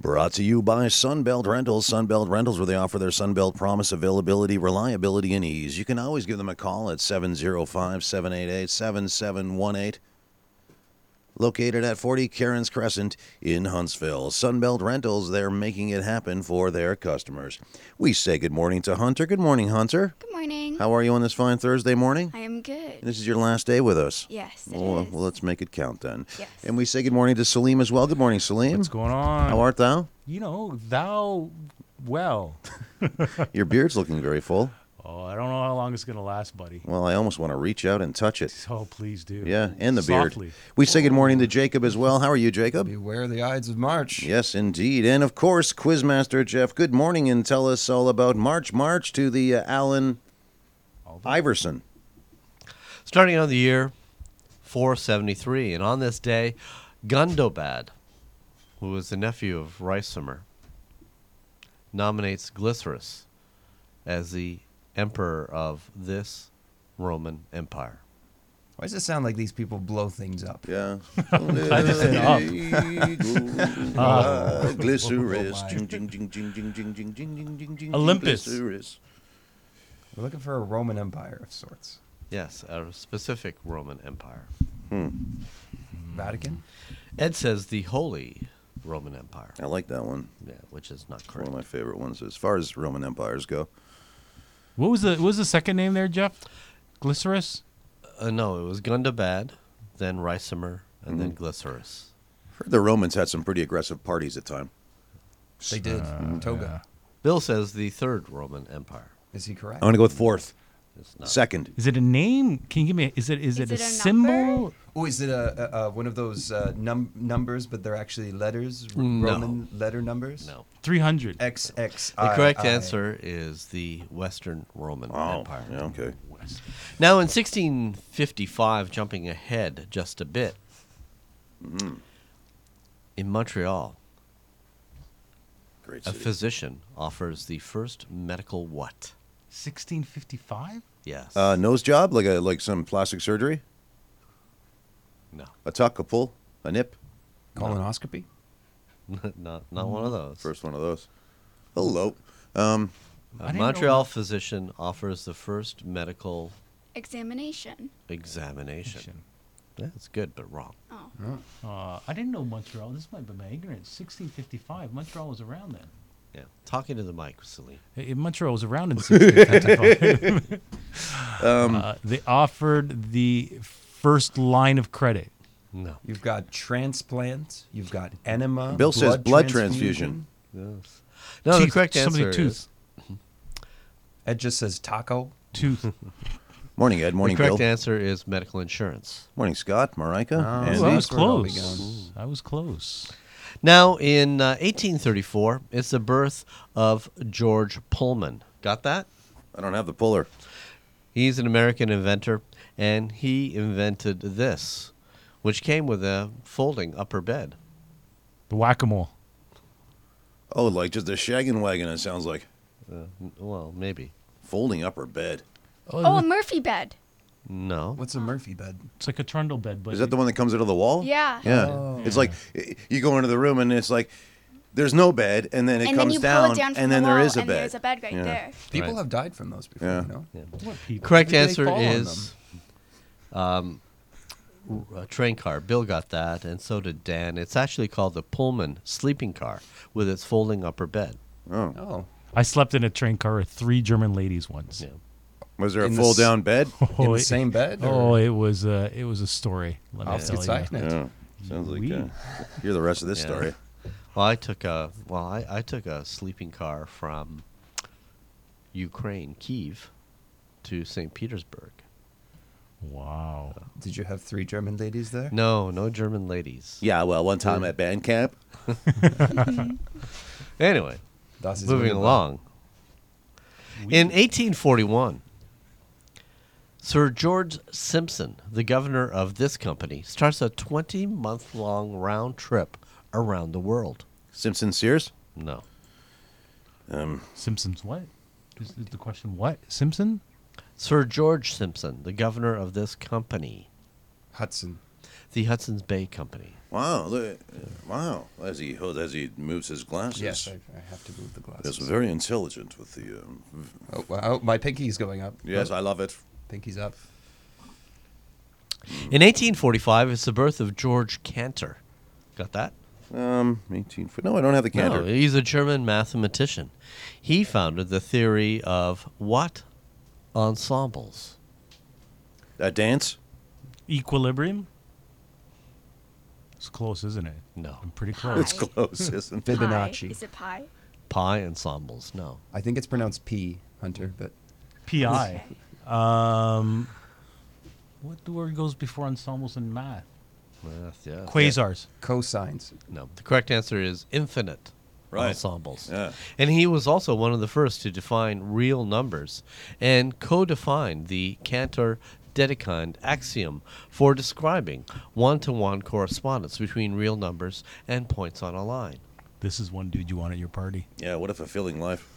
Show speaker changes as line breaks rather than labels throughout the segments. Brought to you by Sunbelt Rentals. Sunbelt Rentals, where they offer their Sunbelt promise availability, reliability, and ease. You can always give them a call at 705 788 7718. Located at 40 Karen's Crescent in Huntsville, Sunbelt Rentals, they're making it happen for their customers. We say good morning to Hunter. Good morning, Hunter.
Good morning.
How are you on this fine Thursday morning?
I am good.
This is your last day with us.
Yes. it
Well,
is.
well, let's make it count then.
Yes.
And we say good morning to Salim as well. Good morning, Salim.
What's going on?
How art thou?
you know, thou well.
Your beard's looking very full.
Oh, I don't know how long it's gonna last, buddy.
Well, I almost want to reach out and touch it.
Oh, please do.
Yeah, and the
Softly.
beard. We say good morning to Jacob as well. How are you, Jacob?
Beware the Ides of March.
Yes, indeed. And of course, Quizmaster Jeff, good morning and tell us all about March March to the uh, Allen Iverson.
Starting on the year 473, and on this day, Gundobad, who was the nephew of Ricimer, nominates Glycerus as the emperor of this Roman Empire.
Why does it sound like these people blow things up?
Yeah.
up.
Ah, Glyceris.
Oh, my.
Jing, jing, jing, jing, jing, jing, jing, jing, jing, jing, jing,
Olympus.
glyceris.
We're looking for a Roman Empire of sorts.
Yes, a specific Roman Empire.
Mm.
Vatican?
Ed says the Holy Roman Empire,
I like that one.
yeah, which is not
One
correct.
of my favorite ones as far as Roman empires go.
What was the what was the second name there, Jeff? Glycerus?
Uh, no, it was Gundobad, then Ricimer, and then Glycerus.
Heard the Romans had some pretty aggressive parties at time.
They did.
uh,
Toga.
Bill says the third Roman Empire.
Is he correct?
I'm going to go with fourth.
It's not.
Second.
Is it a name? Can you give me? A, is it
Is
is, it,
it
a,
a
symbol?
number?
Oh, is it a, a, a one of those uh, num- numbers, but they're actually letters? R-
No.
Roman letter numbers?
No.
Three hundred.
X X.
The correct answer is the Western Roman
Oh,
Empire.
yeah, okay.
Now, in 1655, jumping ahead just a bit,
Mm.
in Montreal,
Great
a
city.
physician offers the first medical what?
Sixteen fifty-five.
Yes.
uh, nose job, like a like some plastic surgery,
no.
a tuck, a pull, a nip.
Colonoscopy?
not not one of those.
First one of those. Hello.
a
didn't know
Montreal
that.
physician offers the first medical
Examination.
examination. That's good, but wrong.
Oh.
Uh, I didn't know Montreal. This might be my ignorance. Sixteen fifty-five. Montreal was around then.
Yeah. Talking to the mic, Celine.
Eh, eh, Montreal was around in 1655.
Um,
Uh, they offered the first line of credit.
No.
You've got transplant. You've got enema.
Bill says blood transfusion.
Yes. No, the
Teeth,
correct
somebody
answer
tooth.
is
Ed just says taco.
Tooth.
Morning, Ed. Morning,
the correct
Bill.
answer is medical insurance.
Morning, Scott. Marika.
Oh,
Andy.
Well, I was
that's where it all
close. I was close.
Now, in uh, 1834, it's the birth of George Pullman. Got that?
I don't have the puller.
He's an American inventor, and he invented this, which came with a folding upper bed.
The whack-a-mole.
Oh, like just a shaggin' wagon. It sounds like
Uh, n- well, maybe.
folding upper bed.
Oh, a Murphy bed.
No.
What's a Murphy bed?
It's like a trundle bed, but
Is that the one that comes out of the wall?
Yeah. Oh.
Yeah. It's like i- you go into the room and it's like there's no bed, and then it
and then
comes
you
down,
pull it down from
and
the
then
wall,
there is a
and
bed.
there's a bed right
Yeah.
there.
People
Right.
have died from those before,
Yeah.
you know?
What people?
Correct
Maybe they
answer
fall on
is um, r- a train car. Bill got that, and so did Dan. It's actually called the Pullman sleeping car with its folding upper bed.
Oh,
Oh.
I slept in a train car with three German ladies once.
Yeah.
was there a
In the
full
s-
down bed?
in the
it-
same bed?
Oh, it was a it was a story. Let me
Off
tell you.
Yeah. Sounds like
Oui.
uh, hear the rest of this
Yeah.
story.
Well, I took a well, I, I took a sleeping car from Ukraine, Kiev, to St. Petersburg.
Wow.
Did you have three German ladies there?
No, no German ladies.
Yeah, well, one time at band camp.
Anyway,
Das ist
moving
wunderbar.
along. In 1841, Sir George Simpson, the governor of this company, starts a 20-month-long round trip around the world.
Simpson Sears.
No.
Simpsons what? Is is the question what? Simpson?
Sir George Simpson, the governor of this company,
Hudson.
the Hudson's Bay Company.
Wow, look, wow. As he as he moves his glasses,
Yes, I, I have to move the glasses.
that's very intelligent with the. Um, v-
Oh, wow, oh, my pinky's going up.
yes,
Oh,
I love it.
pinky's up.
In 1845, it's the birth of George Cantor. Got that?
Um, eighteen foot. No, I don't have the canter.
No, he's a German mathematician. He founded the theory of what ensembles?
A dance.
Equilibrium? It's close, isn't it?
No.
I'm pretty
Hi.
close.
It's close, isn't it?
Fibonacci.
Pie. Is it pie?
Pi ensembles, no.
I think it's pronounced P, Hunter, but
PI. um, what the word goes before ensembles in math?
Math, yeah.
Quasars.
cosines.
No. The correct answer is infinite
Right.
ensembles.
Yeah.
And he was also one of the first to define real numbers and co define the Cantor Dedekind axiom for describing one to one correspondence between real numbers and points on a line.
This is one dude you want at your party.
Yeah. What a fulfilling life.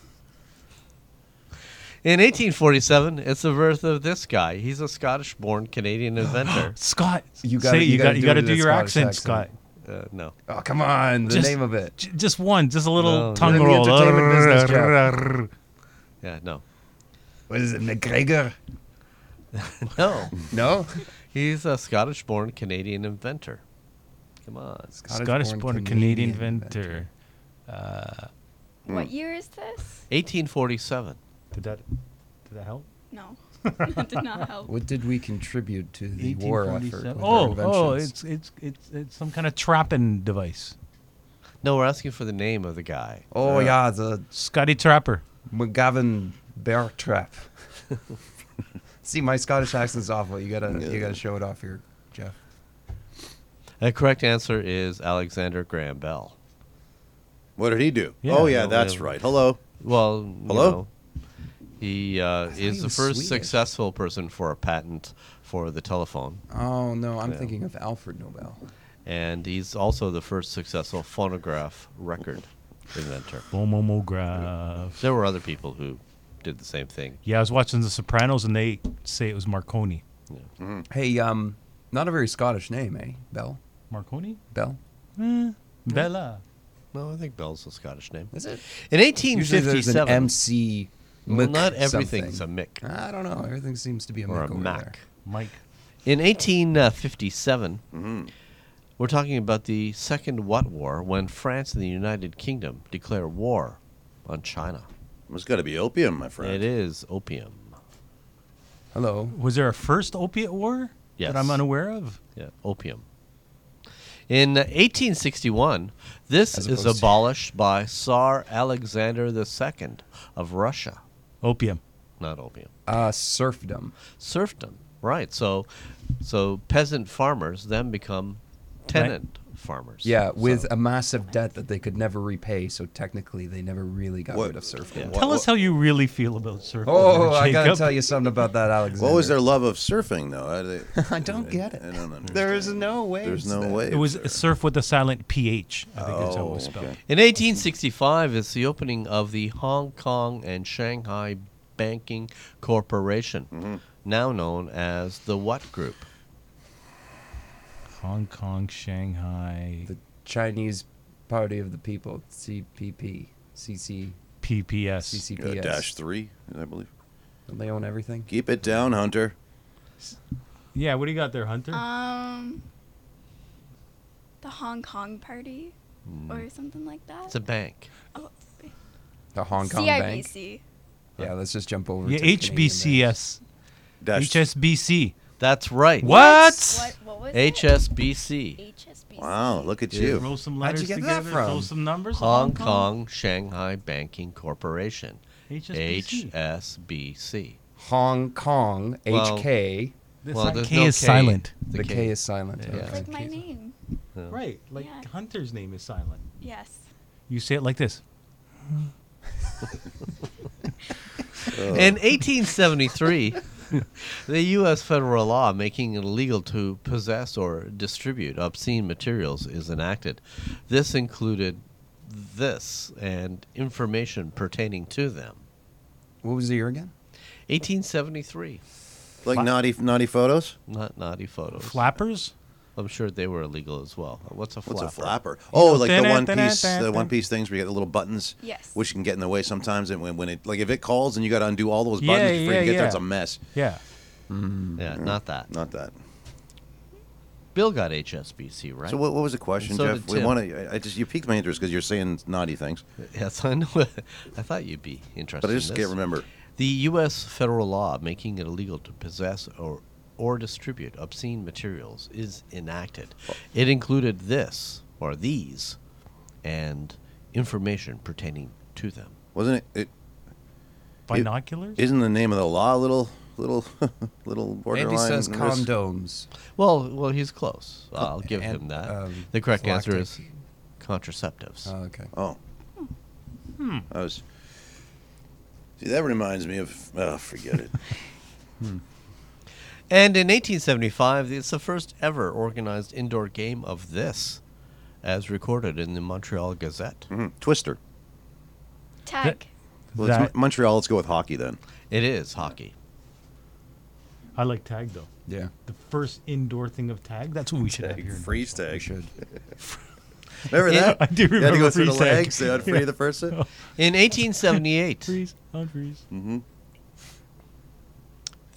In 1847, it's the birth of this guy. He's a Scottish born Canadian inventor.
Scott,
You
say
gotta-
you,
you
got
gotta
you
do
got to
it
do
in a
your
Scottish
accent,
accent.
Scott.
uh, no.
Oh, come on, the
Just-
name of it.
J- just one, just a little
No,
tongue
you're in the
roll.
entertainment business, Jeff.
Yeah, no.
What is it, McGregor?
No.
No,
He's a Scottish born Canadian inventor. Come on.
Scottish born Canadian inventor. Uh,
Hmm.
What year is this?
1847.
did that did that help?
No. that did not help.
What did we contribute to the war effort? with our
Oh, oh,
inventions?
it's it's it's it's some kind of trapping device.
No, we're asking for the name of the guy.
oh yeah, the
Scotty Trapper.
McGavin bear trap. See, my Scottish accent's awful. You gotta, you gotta show it off here, Jeff.
The correct answer is Alexander Graham Bell.
What did he do?
Yeah,
oh yeah,
no,
that's
yeah.
right. Hello.
Well, you
Hello?
know, he uh,
thought
is
he
the
was
first
Swedish.
successful person for a patent for the telephone,
Oh no, I'm
Yeah.
thinking of Alfred Nobel.
and he's also the first successful phonograph record inventor.
Bomomograph.
There were other people who did the same thing.
Yeah, I was watching The Sopranos and they say it was Marconi.
Hey, um, not a very Scottish name, eh? Bell,
Marconi?
Bell. Hmm?
Bella.
No, I think Bell's a Scottish name.
Is it?
In
Usually there's
1857,
an MC.
well,
Mick
not everything's
something.
a Mick
I don't know. Everything seems to be a
or
Mick
a
over
Mac.
Mike.
In 1857, we're talking about the Second What War when France and the United Kingdom declare war on China.
It's got to be opium, my friend.
It is opium.
there. Hello.
Was there a first opiate war
Yes.
that I'm unaware of?
Yeah, opium. In 1861, this
As
is
opposed to-
abolished by Tsar Alexander II of Russia.
Opium.
Not opium.
Uh, serfdom.
Serfdom. Right. So so peasant farmers then become tenant farmers.
Yeah, with
So-
a massive debt that they could never repay, so technically they never really got
What-
rid of serfdom.
Yeah.
Tell us how you really feel about surfing.
Oh, I gotta
Jacob.
tell you something about that, Alexander.
What was their love of surfing, though? I, they-
I don't get it.
I don't understand.
There is no way.
There's no way.
It was a surf with a silent PH. I think that's how it
Oh,
was spelled.
okay.
In 1865, it's the opening of the Hong Kong and Shanghai Banking Corporation, now known as the What Group.
Hong Kong, Shanghai,
The Chinese Party of the People, CPP, CC,
PPS.
Uh,
CCPS.
dash three, I believe.
Don't they own everything?
Keep it down, Hunter.
Yeah, what do you got there, Hunter?
Um, the Hong Kong party
Hmm.
or something like that.
It's a bank.
oh, it's-
The Hong Kong Bank.
CIBC.
Yeah, let's just jump over.
yeah,
to Canadian banks.
HBCS.
Dash.
HSBC.
That's right.
What?
What? What was it?
HSBC,
HSBC.
Wow, look at
Yeah.
you.
Throw some
How'd
letters
you get that
together.
from?
Throw some numbers.
Hong Kong Shanghai Banking Corporation,
HSBC.
HSBC.
Hong Kong,
Well,
HK.
This
Well,
not-
there's
K
no
is
K.
silent.
The, K, is silent.
Yeah.
Okay.
It's like my name.
Right, like
Yeah.
Hunter's name is silent.
Yes.
You say it like this.
Uh.
In 1873, the U.S. federal law making it illegal to possess or distribute obscene materials is enacted. This included this and information pertaining to them.
What was the year again?
1873,
Like naughty, naughty photos.
not naughty photos.
Flappers?
I'm sure they were illegal as well. What's a flapper?
What's a flapper? Oh, like the
dun-dun,
one
dun-dun,
piece, the
dun-dun.
one piece things where you get the little buttons,
Yes.
which can get in the way sometimes. And when, when it like if it calls and you got to undo all those
Yeah,
buttons before
yeah,
you get there,
yeah.
it's a mess.
Yeah.
Yeah,
Mm-hmm.
not that.
Not that.
Bill got HSBC, right?
So what, what was the question,
So
Jeff?
did
We
Tim.
want to. I, I just you piqued my interest because you're saying naughty things,
yes, I know. I thought you'd be interested.
but I just
in this.
can't remember.
The U.S. federal law making it illegal to possess or or distribute obscene materials is enacted. It included this or these, and information pertaining to them.
Wasn't it? it
Binoculars?
isn't the name of the law a little little little borderline?
Andy says
ris-
condoms.
Well, well, he's close. I'll give
and,
him that.
um,
the correct answer
lactic.
is contraceptives.
Oh, okay.
Oh. I was. See, that reminds me of. Oh, forget it.
And in 1875, it's the first ever organized indoor game of this, as recorded in the Montreal Gazette.
Mm-hmm.
Mhm. Twister.
Tag.
Well, it's
That-
Mon- Montreal. Let's go with hockey then.
It is hockey.
I like tag though.
Yeah.
The first indoor thing of tag. That's what we should have here. in
freeze
We
tag.
should.
Remember
Yeah,
that?
I
You
do
had to
remember
go through the
freeze tag.
legs eh? to unfree the person.
In 1878,
Freeze, unfreeze.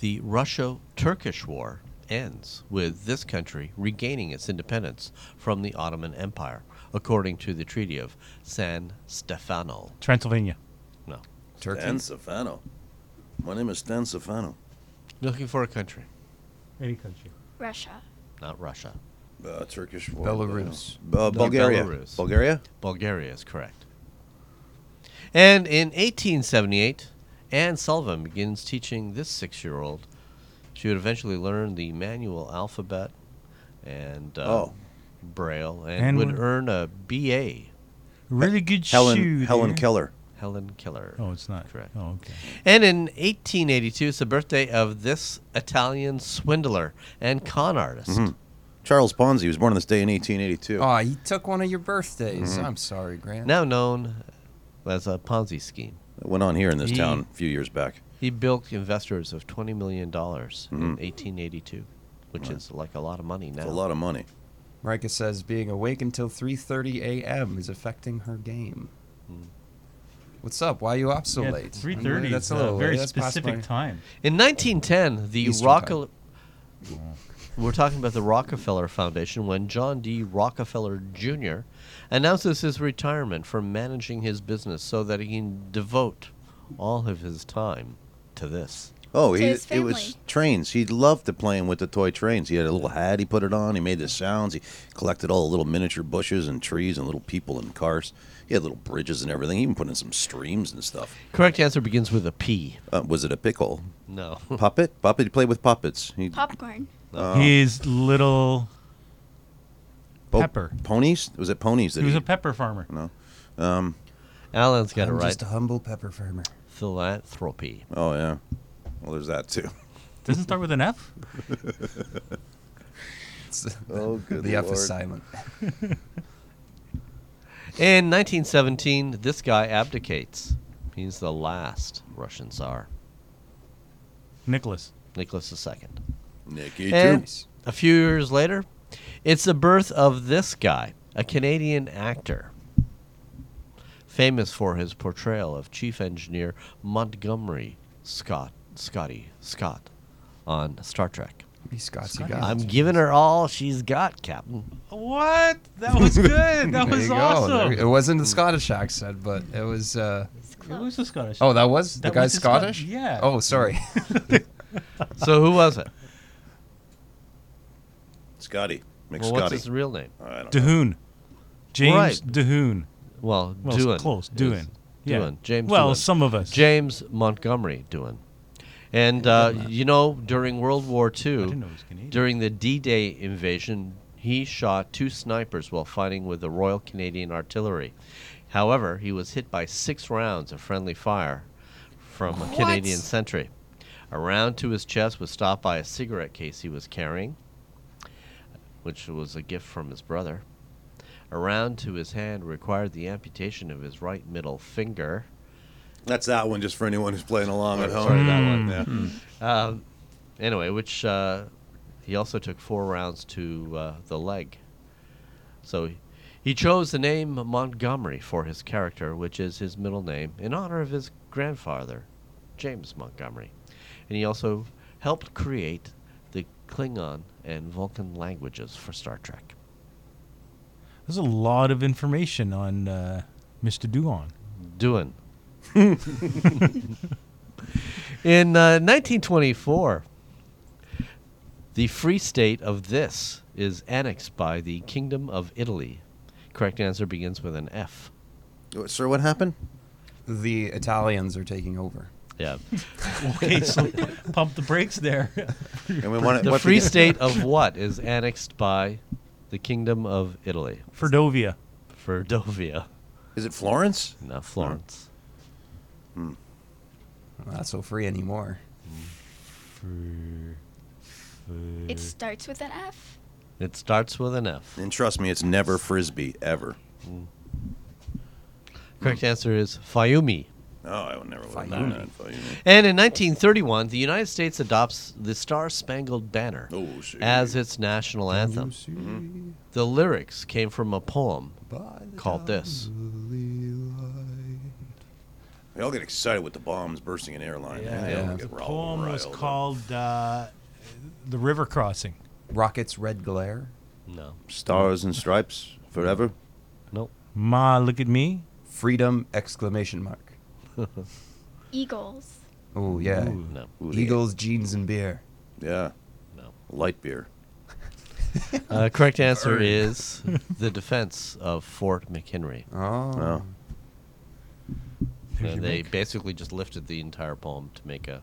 the Russia-Turkish War ends with this country regaining its independence from the Ottoman Empire, according to the Treaty of San Stefano.
Transylvania.
No,
Dan
Turkey.
Stefano. My name is Dan Stefano.
looking for a country,
Any country.
Russia.
not Russia.
Uh, Turkish war.
Belarus.
Uh, Bulgaria.
Belarus.
Bulgaria.
Bulgaria is correct. And in 1878, Anne Sullivan begins teaching this six year old. She would eventually learn the manual alphabet and uh,
Oh.
Braille and,
And
would
would-
earn a BA.
Really good
Helen.
shoe.
Helen
there.
Keller.
Helen Keller.
Oh, it's not.
Correct.
Oh, okay.
And in 1882, it's the birthday of this Italian swindler and con artist.
Mm-hmm. Charles Ponzi was born on this day in 1882.
Oh, he took one of your birthdays. I'm sorry, Grant.
Now known as a Ponzi scheme.
That went on here in this
He-
town a few years back.
He bilked investors of twenty million dollars in eighteen eighty two, which is like a lot of money now.
Mm-hmm. It's a lot of money.
Marika says being awake until 3:30 a.m. is affecting her game. Hmm. What's up? Why are you up so
Yeah,
late?
3:30
I'm-
is
That's a
a
little
very
late. That's past
specific
my-
time.
in nineteen ten, the
Eastern
Rockefeller we're talking about the Rockefeller Foundation when John D. Rockefeller Jr. announces his retirement from managing his business so that he can devote all of his time to this.
Oh,
To
he,
his
it was
family.
trains. He loved to playing with the toy trains. He had a little hat he put it on. He made the sounds. He collected all the little miniature bushes and trees and little people and cars. He had little bridges and everything. He even put in some streams and stuff.
Correct answer begins with a P.
Uh, was it a pickle?
No.
Puppet? Puppet? He played with puppets. He,
Popcorn.
His little.
po-
pepper.
oh, Ponies? Was it ponies that
He was
he,
a pepper farmer.
No.
Alan's got it
I'm
right.
just a humble pepper farmer.
Philanthropy.
Oh, yeah. Well, there's that too.
Doesn't start with an F.
It's-
Oh, good
the F
Lord.
is silent.
In 1917, this guy abdicates. He's the last Russian Tsar,
Nicholas.
Nicholas II.
Nicky, too.
And
Nice.
a few years later, it's the birth of this guy, a Canadian actor, famous for his portrayal of Chief Engineer Montgomery Scott, Scotty Scott, on Star Trek.
Be Scots, you
Scotty.
got.
I'm
it.
giving her all she's got, Captain.
What? That was good. That
There
was
you go.
awesome.
There- It wasn't the Scottish accent, but it was. Uh,
It's
It
close.
was a Scottish.
oh, that was
That
the guy's
was the Scot-
Scottish.
yeah.
Oh, sorry.
So who was it?
Scotty.
Well,
McScotty.
what's his real name?
I don't know.
Doohan. James
Right.
Doohan.
Well,
Well, it's
Doohan.
close.
is-
Doohan. Yeah.
Doohan. James
Well,
Doohan.
some of us.
James Montgomery doing. And uh, you know, during World War II,
know he was Canadian.
during the D-Day invasion, he shot two snipers while fighting with the Royal Canadian Artillery. However, he was hit by six rounds of friendly fire from a Canadian sentry. A round to his chest was stopped by a cigarette case he was carrying, which was a gift from his brother. A round to his hand required the amputation of his right middle finger.
That's that one just for anyone who's playing along at home.
Sorry, that one.
Yeah.
Um, anyway, which uh, He also took four rounds to uh, the leg. So he- he chose the name Montgomery for his character, which is his middle name, in honor of his grandfather, James Montgomery. And he also helped create the Klingon and Vulcan languages for Star Trek.
There's a lot of information on uh, Mr. Duon.
doing? In uh, 1924, the Free State of this is annexed by the Kingdom of Italy. Correct answer begins with an F.
Uh, Sir, what happened?
The Italians are taking over.
Yeah.
Okay, so pump the brakes there.
And we want
the Free State of what is annexed by the Kingdom of Italy?
Ferdovia.
Verdovia,
Is it Florence?
not Florence.
Not so free anymore.
It starts with an F.
It starts with an F.
And trust me, it's never frisbee ever.
Correct answer is Fiume.
Oh, I would never would have known
Fayumi.
that. Fayumi.
And in 1931, the United States adopts the Star Spangled Banner
Oh, see.
as its national anthem. The lyrics came from a poem called this.
They all get excited with the bombs bursting an airline. Yeah, They
Yeah.
all
The
get
The
riled-
poem was
riled up.
called uh, The River Crossing.
Rockets Red Glare.
No.
Stars and Stripes Forever.
Nope.
Ma, look at me.
Freedom exclamation mark.
Eagles.
Oh yeah.
No.
Ooh, the-
Eagles, jeans, and beer.
Yeah.
No.
Light beer.
Uh, correct answer is the defense of Fort McHenry.
Oh.
Wow.
And they basically just lifted the entire poem to make a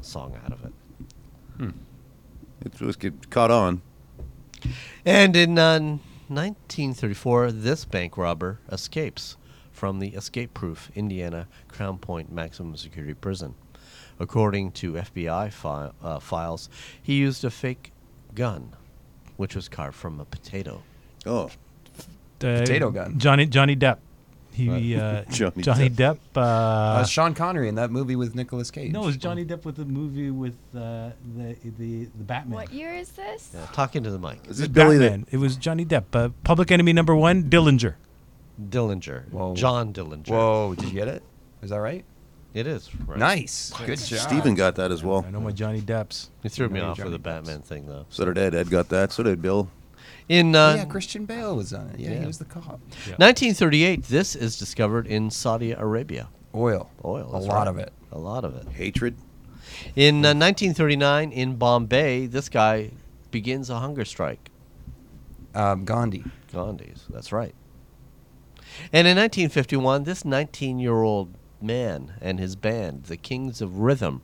song out of it.
It was get caught on.
And in uh, 1934, this bank robber escapes from the escape proof Indiana Crown Point Maximum Security Prison. According to FBI fi- uh, files, he used a fake gun, which was carved from a potato.
Oh,
Potato gun.
Johnny Johnny Depp. He uh,
Johnny
Johnny, Depp.
Uh,
uh,
Sean Connery in that movie with Nicolas Cage.
no, it was Johnny Depp with the movie with uh, the the the Batman.
What year is this?
Yeah, talking to the mic.
is
The
this Billy
Batman. It was Johnny Depp. Uh, Public Enemy number one, Dillinger.
Dillinger.
Whoa.
John Dillinger.
Oh. Whoa, did you get it? Is that right?
It is. Right.
Nice. Good job.
that? Steven got that as well.
I know my Johnny Depps.
You threw me
Another
off with
Johnny
the
Depp.
Batman thing, though.
So did Ed. Ed got that. So did Bill.
In uh,
yeah, Christian Bale was on it. Yeah,
Yeah.
he was the cop.
1938, this is discovered in Saudi Arabia.
Oil.
Oil.
A
that's
lot
right.
of it.
A lot of it.
Hatred.
In uh, 1939, in Bombay, this guy begins a hunger strike.
Um, Gandhi.
Gandhi's, that's right. And in 1951, this 19 year old man and his band, the Kings of Rhythm,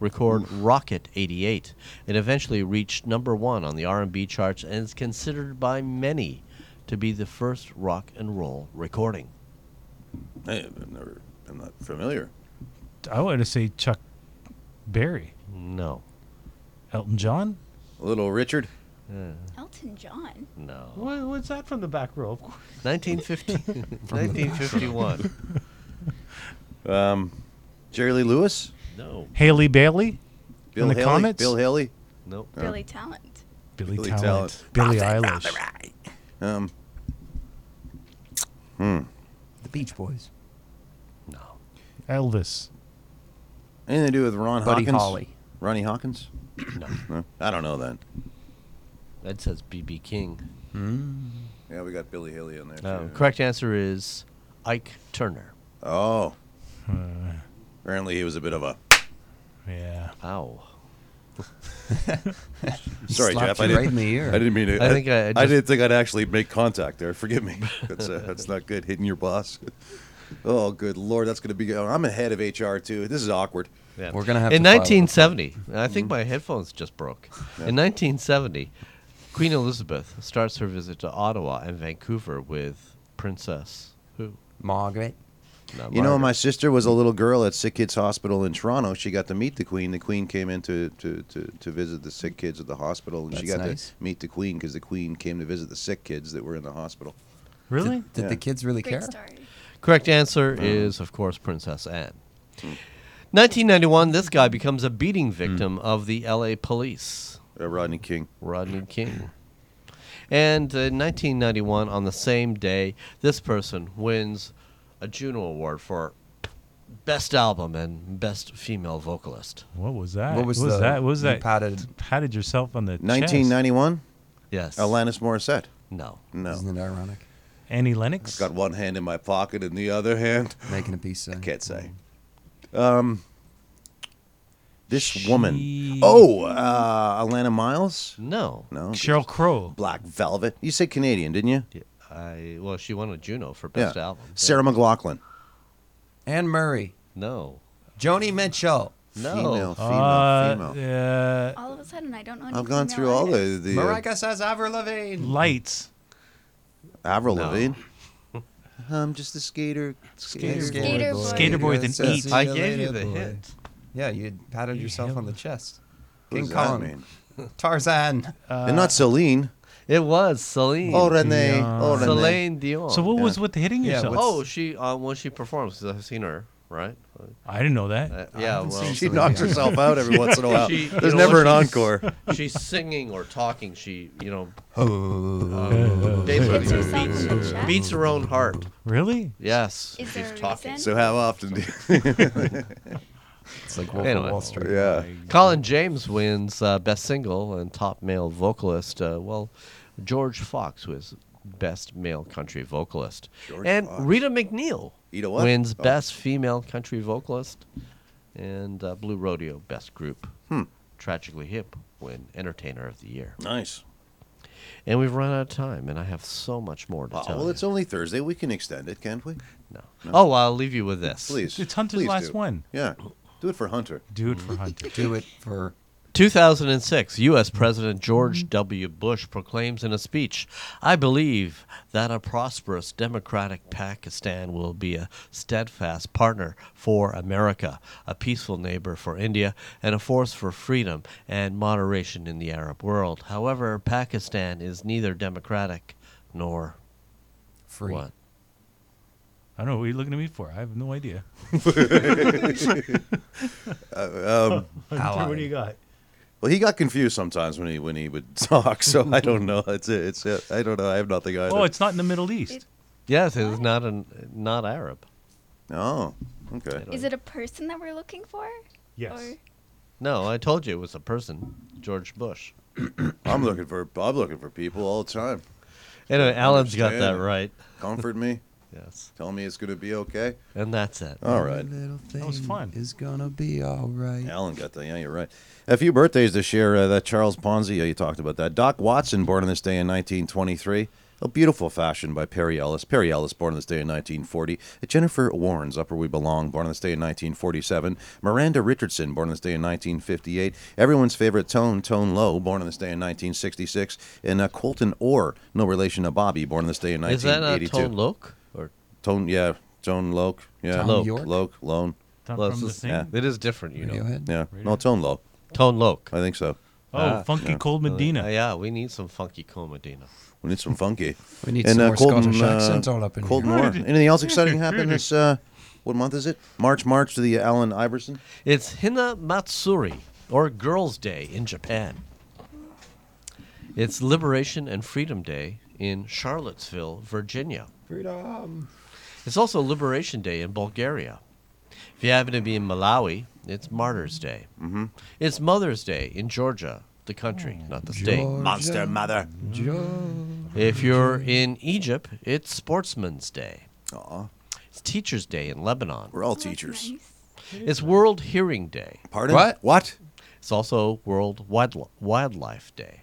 record Rocket 88 and eventually reached number one on the R&B charts and is considered by many to be the first rock and roll recording.
Hey, I've never. I'm not familiar.
I wanted to say Chuck Berry,
No.
Elton John.
Little Richard.
Elton John.
No.
What, what's that from the back row? Of course.
1950, 1951.
Um, Jerry Lee Lewis.
no.
Haley Bailey,
Bill
the
Haley.
comments?
Bill Haley.
Nope.
Billy Talent.
Billy,
Billy
Talent,
Talent.
Billie Eilish.
Um,
The Beach Boys.
No.
Elvis.
anything to do with Ron
Buddy
Hawkins?
Holly.
Ronnie Hawkins.
No.
No, I don't know then.
That says BB King.
Yeah, we got Billy Haley on there.
Oh,
No.
too.
Um, Correct answer is Ike Turner.
Oh,
Uh,
apparently he was a bit of a.
yeah.
Ow.
He
Sorry, Jeff.
slapped you
I didn't,
right in the ear.
I didn't mean to.
I think I just-
didn't think I'd actually make contact there. Forgive me. That's uh, that's not good. Hitting your boss. Oh, good lord, that's going to be. oh, I'm ahead of HR too. This is awkward.
Yeah.
We're gonna have
in
to file a
1970. I think
Mm-hmm.
my headphones just broke. In 1970, Queen Elizabeth starts her visit to Ottawa and Vancouver with Princess who?
Margaret.
Not
You know,
Margaret.
my sister was a little girl at Sick Kids Hospital in Toronto. She got to meet the Queen. The Queen came in to, to, to, to visit the sick kids at the hospital, and she
That's
got
nice.
to meet the Queen because the Queen came to visit the sick kids that were in the hospital.
Really?
Did
Yeah.
the kids really
Great
care?
story.
Correct answer
Uh-huh.
is, of course, Princess Anne.
Mm.
1991, this guy becomes a beating victim of the LA police.
Uh, Rodney King.
Rodney King. And in 1991, on the same day, this person wins a Juno Award for Best Album and Best Female Vocalist.
What was that?
What was the-
that? What was
you
that?
patted-
patted yourself on the chest.
1991,
Yes.
Alanis Morissette.
No.
No.
Isn't it ironic?
Annie Lennox.
Got one hand in my pocket and the other hand.
Making a piece.
I can't say. Um, this woman.
She-
Oh, uh, Alana Miles?
No.
No.
Cheryl Crow.
Black Velvet. You said Canadian, didn't you?
Yeah, I well, she won a Juno for Best Album. Yeah.
Sarah McLaughlin.
Anne Murray,
No.
Joni Mitchell,
No.
Female, female,
Uh,
female.
uh,
All of a sudden, I don't know. any
I've gone
female
through all
artists.
the. the uh,
Mariah says Avril Lavigne.
lights.
uh, Avril
No.
Lavigne. I'm just a skater. Skater.
Skater Skater boy. boy.
Skater boy with an E.
Says
eat.
he's
I
a
gave you
later
the
boy.
hint.
Yeah, you patted
You
yourself
hit
on the
him.
chest.
What
King
does that
Kong,
mean?
Tarzan.
Uh,
Uh,
and not Celine.
It was Celine.
Oh, Renee.
Dion.
Oh, Renee.
Celine Dion.
So what
Yeah.
was with the hitting
Yeah,
yourself?
what's-
Oh, she uh, when she performs, 'cause I've seen her, right?
I didn't know
Uh,
that.
yeah, well,
She
Celine
knocks
Dion.
herself out every once in a while.
She- you
There's
know,
never an
when
encore.
she's- She's singing or talking. She, you know,
Uh,
basically
Hits herself in the chest.
beats her own heart.
really?
Yes,
Is
she's
there a
talking.
reason?
So how often do
It's like Wolf
Anyway.
of Wall Street.
Yeah.
Colin James wins uh, best single and top male vocalist. Uh, well, George Fox was best male country vocalist,
George
and
Fox.
Rita McNeil
Rita what?
wins
Oh.
best female country vocalist, and uh, Blue Rodeo best group.
Hmm.
Tragically Hip win Entertainer of the Year.
Nice.
And we've run out of time, and I have so much more to
Oh,
tell
well,
you.
it's only Thursday. We can extend it, can't we?
no. Oh, I'll leave you with this.
Please.
It's Hunter's
Please do.
last one.
Yeah. Do it for Hunter.
Do it for Hunter.
Do it for
2006, U.S. President
Mm-hmm.
George W. Bush proclaims in a speech, I believe that a prosperous democratic Pakistan will be a steadfast partner for America, a peaceful neighbor for India, and a force for freedom and moderation in the Arab world. However, Pakistan is neither democratic nor
free.
what?
I don't know what you're looking at me for. I have no idea.
Ally.
What do you got?
Well, he got confused sometimes when he when he would talk. So I don't know. It's it. It's it. I don't know. I have nothing either.
Oh, it's not in the Middle East.
Yes, it is not an, not Arab.
Oh, okay.
Is it a person that we're looking for?
Yes.
No, I told you it was a person, George Bush.
I'm looking for I'm looking for people all the time.
Anyway, Alan's got that
Understand.
right.
Comfort me.
Yes.
Tell me it's gonna be okay.
And that's it.
All right.
That
was fun.
Is gonna be all right.
Alan got that. Yeah, you're right. A few birthdays this year. Uh, that Charles Ponzi, yeah, you talked about that. Doc Watson, born on this day in 1923. A beautiful fashion by Perry Ellis. Perry Ellis, born on this day in 1940. Jennifer Warren's Upper We Belong, born on this day in 1947. Miranda Richardson, born on this day in 1958. Everyone's favorite Tone, Tone Low, born on this day in 1966. And uh, Colton Orr, no relation to Bobby, born on this day in
Is that a
1982.
Tone Loc? Or
Tone, yeah, Tone Loke, yeah,
Tom
Loke,
Loke. York?
Loke, Lone,
Not
Well,
from the
it's-
thing.
yeah.
it is different, you know.
Radiohead.
yeah, no, Tone Loke,
Tone Loc.
I think so.
Oh,
Ah,
Funky Cold Medina.
Uh, yeah, we need some funky cool Medina.
We need some funky. uh,
We need some more Scottish accents all up in
Colton
here.
Orr. Anything else exciting happen this? Uh, what month is it? March, March to the Allen Iverson.
It's Hina Matsuri, or Girls' Day in Japan. It's Liberation and Freedom Day in Charlottesville, Virginia.
Freedom.
It's also Liberation Day in Bulgaria. If you happen to be in Malawi, it's Martyrs' Day. Mm-hmm. It's Mother's Day in Georgia, the country, not the state.
Oh, Georgia.
Monster mother.
If you're in Egypt, it's Sportsman's Day.
Aw,
It's Teacher's Day in Lebanon.
we're all
Oh, that's
teachers.
nice.
It's World Hearing Day.
Pardon?
What?
What?
It's also World Wildli- Wildlife Day.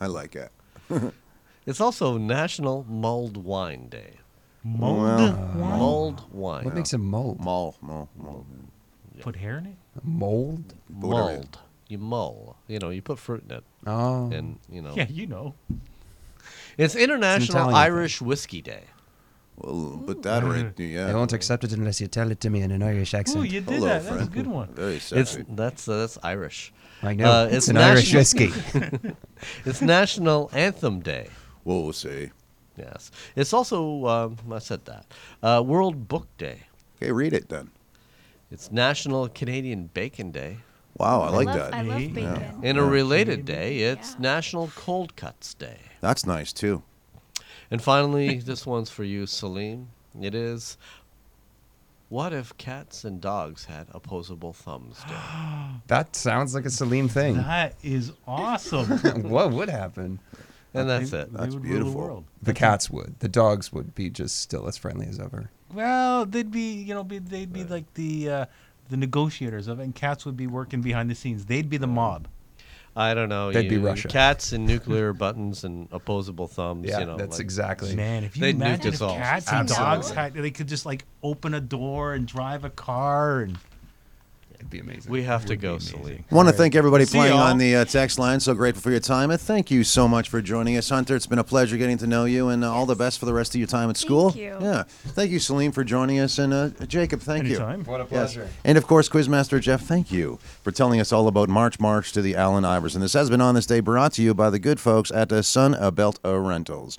I like it.
It's also National Mulled Wine Day.
Mold.
Well,
wine?
Mulled wine.
What makes a mold?
Mall, mall, mall.
Put hair in it?
Mold.
mulled? You mull. You know, you put fruit in it,
Oh.
and you know.
Yeah, you know.
It's International
Italian thing.
Irish Whiskey Day.
Well, but that right, yeah.
They won't accept it unless you tell it to me in an Irish accent.
Oh, you did
Hello,
that.
friend.
That's a good one.
Very
It's
sexy.
that's uh, that's Irish.
I know.
Uh,
it's,
it's
an Irish
national-
whiskey.
It's National Anthem Day.
Whoa, see.
Yes. It's also um, I said that. Uh, World Book Day.
Okay, read it then.
It's National Canadian Bacon Day.
Wow, I like
love, I
that.
love
Yeah.
bacon.
In a related day, it's
Yeah.
National Cold Cuts Day.
That's nice too.
And finally, this one's for you, Salim. It is What if cats and dogs had opposable thumbs day?
That sounds like a Salim thing.
That is awesome.
what would happen?
And that's
They-
it.
they
That's
would rule the
beautiful.
world.
The cats would. The dogs would be just still as friendly as ever.
Well, they'd be you know be, they'd be like the uh, the negotiators of it, and cats would be working behind the scenes. They'd be the mob.
I don't know.
That'd be
you-
Russia.
Cats and nuclear buttons and opposable thumbs.
Yeah,
you know,
that's
like-
exactly.
Man, if you
They'd nuke
imagine
us
if
all.
cats and dogs
Absolutely.
had, they could just like open a door and drive a car and
It'd be amazing.
We have to
Would be
go,
amazing.
Salim.
Want to thank everybody
See
playing
y'all.
on the uh, text line. So grateful for your time, and thank you so much for joining us, Hunter. It's been a pleasure getting to know you, and uh, all the best for the rest of your time at school.
you.
Yeah, thank you, Salim, for joining us, and uh, Jacob, thank you.
anytime.
What a
Yes.
pleasure.
And of course, Quizmaster Jeff, thank you for telling us all about March March to the Allen Iverson. This has been On This Day brought to you by the good folks at uh, Sun uh, Belt uh, Rentals.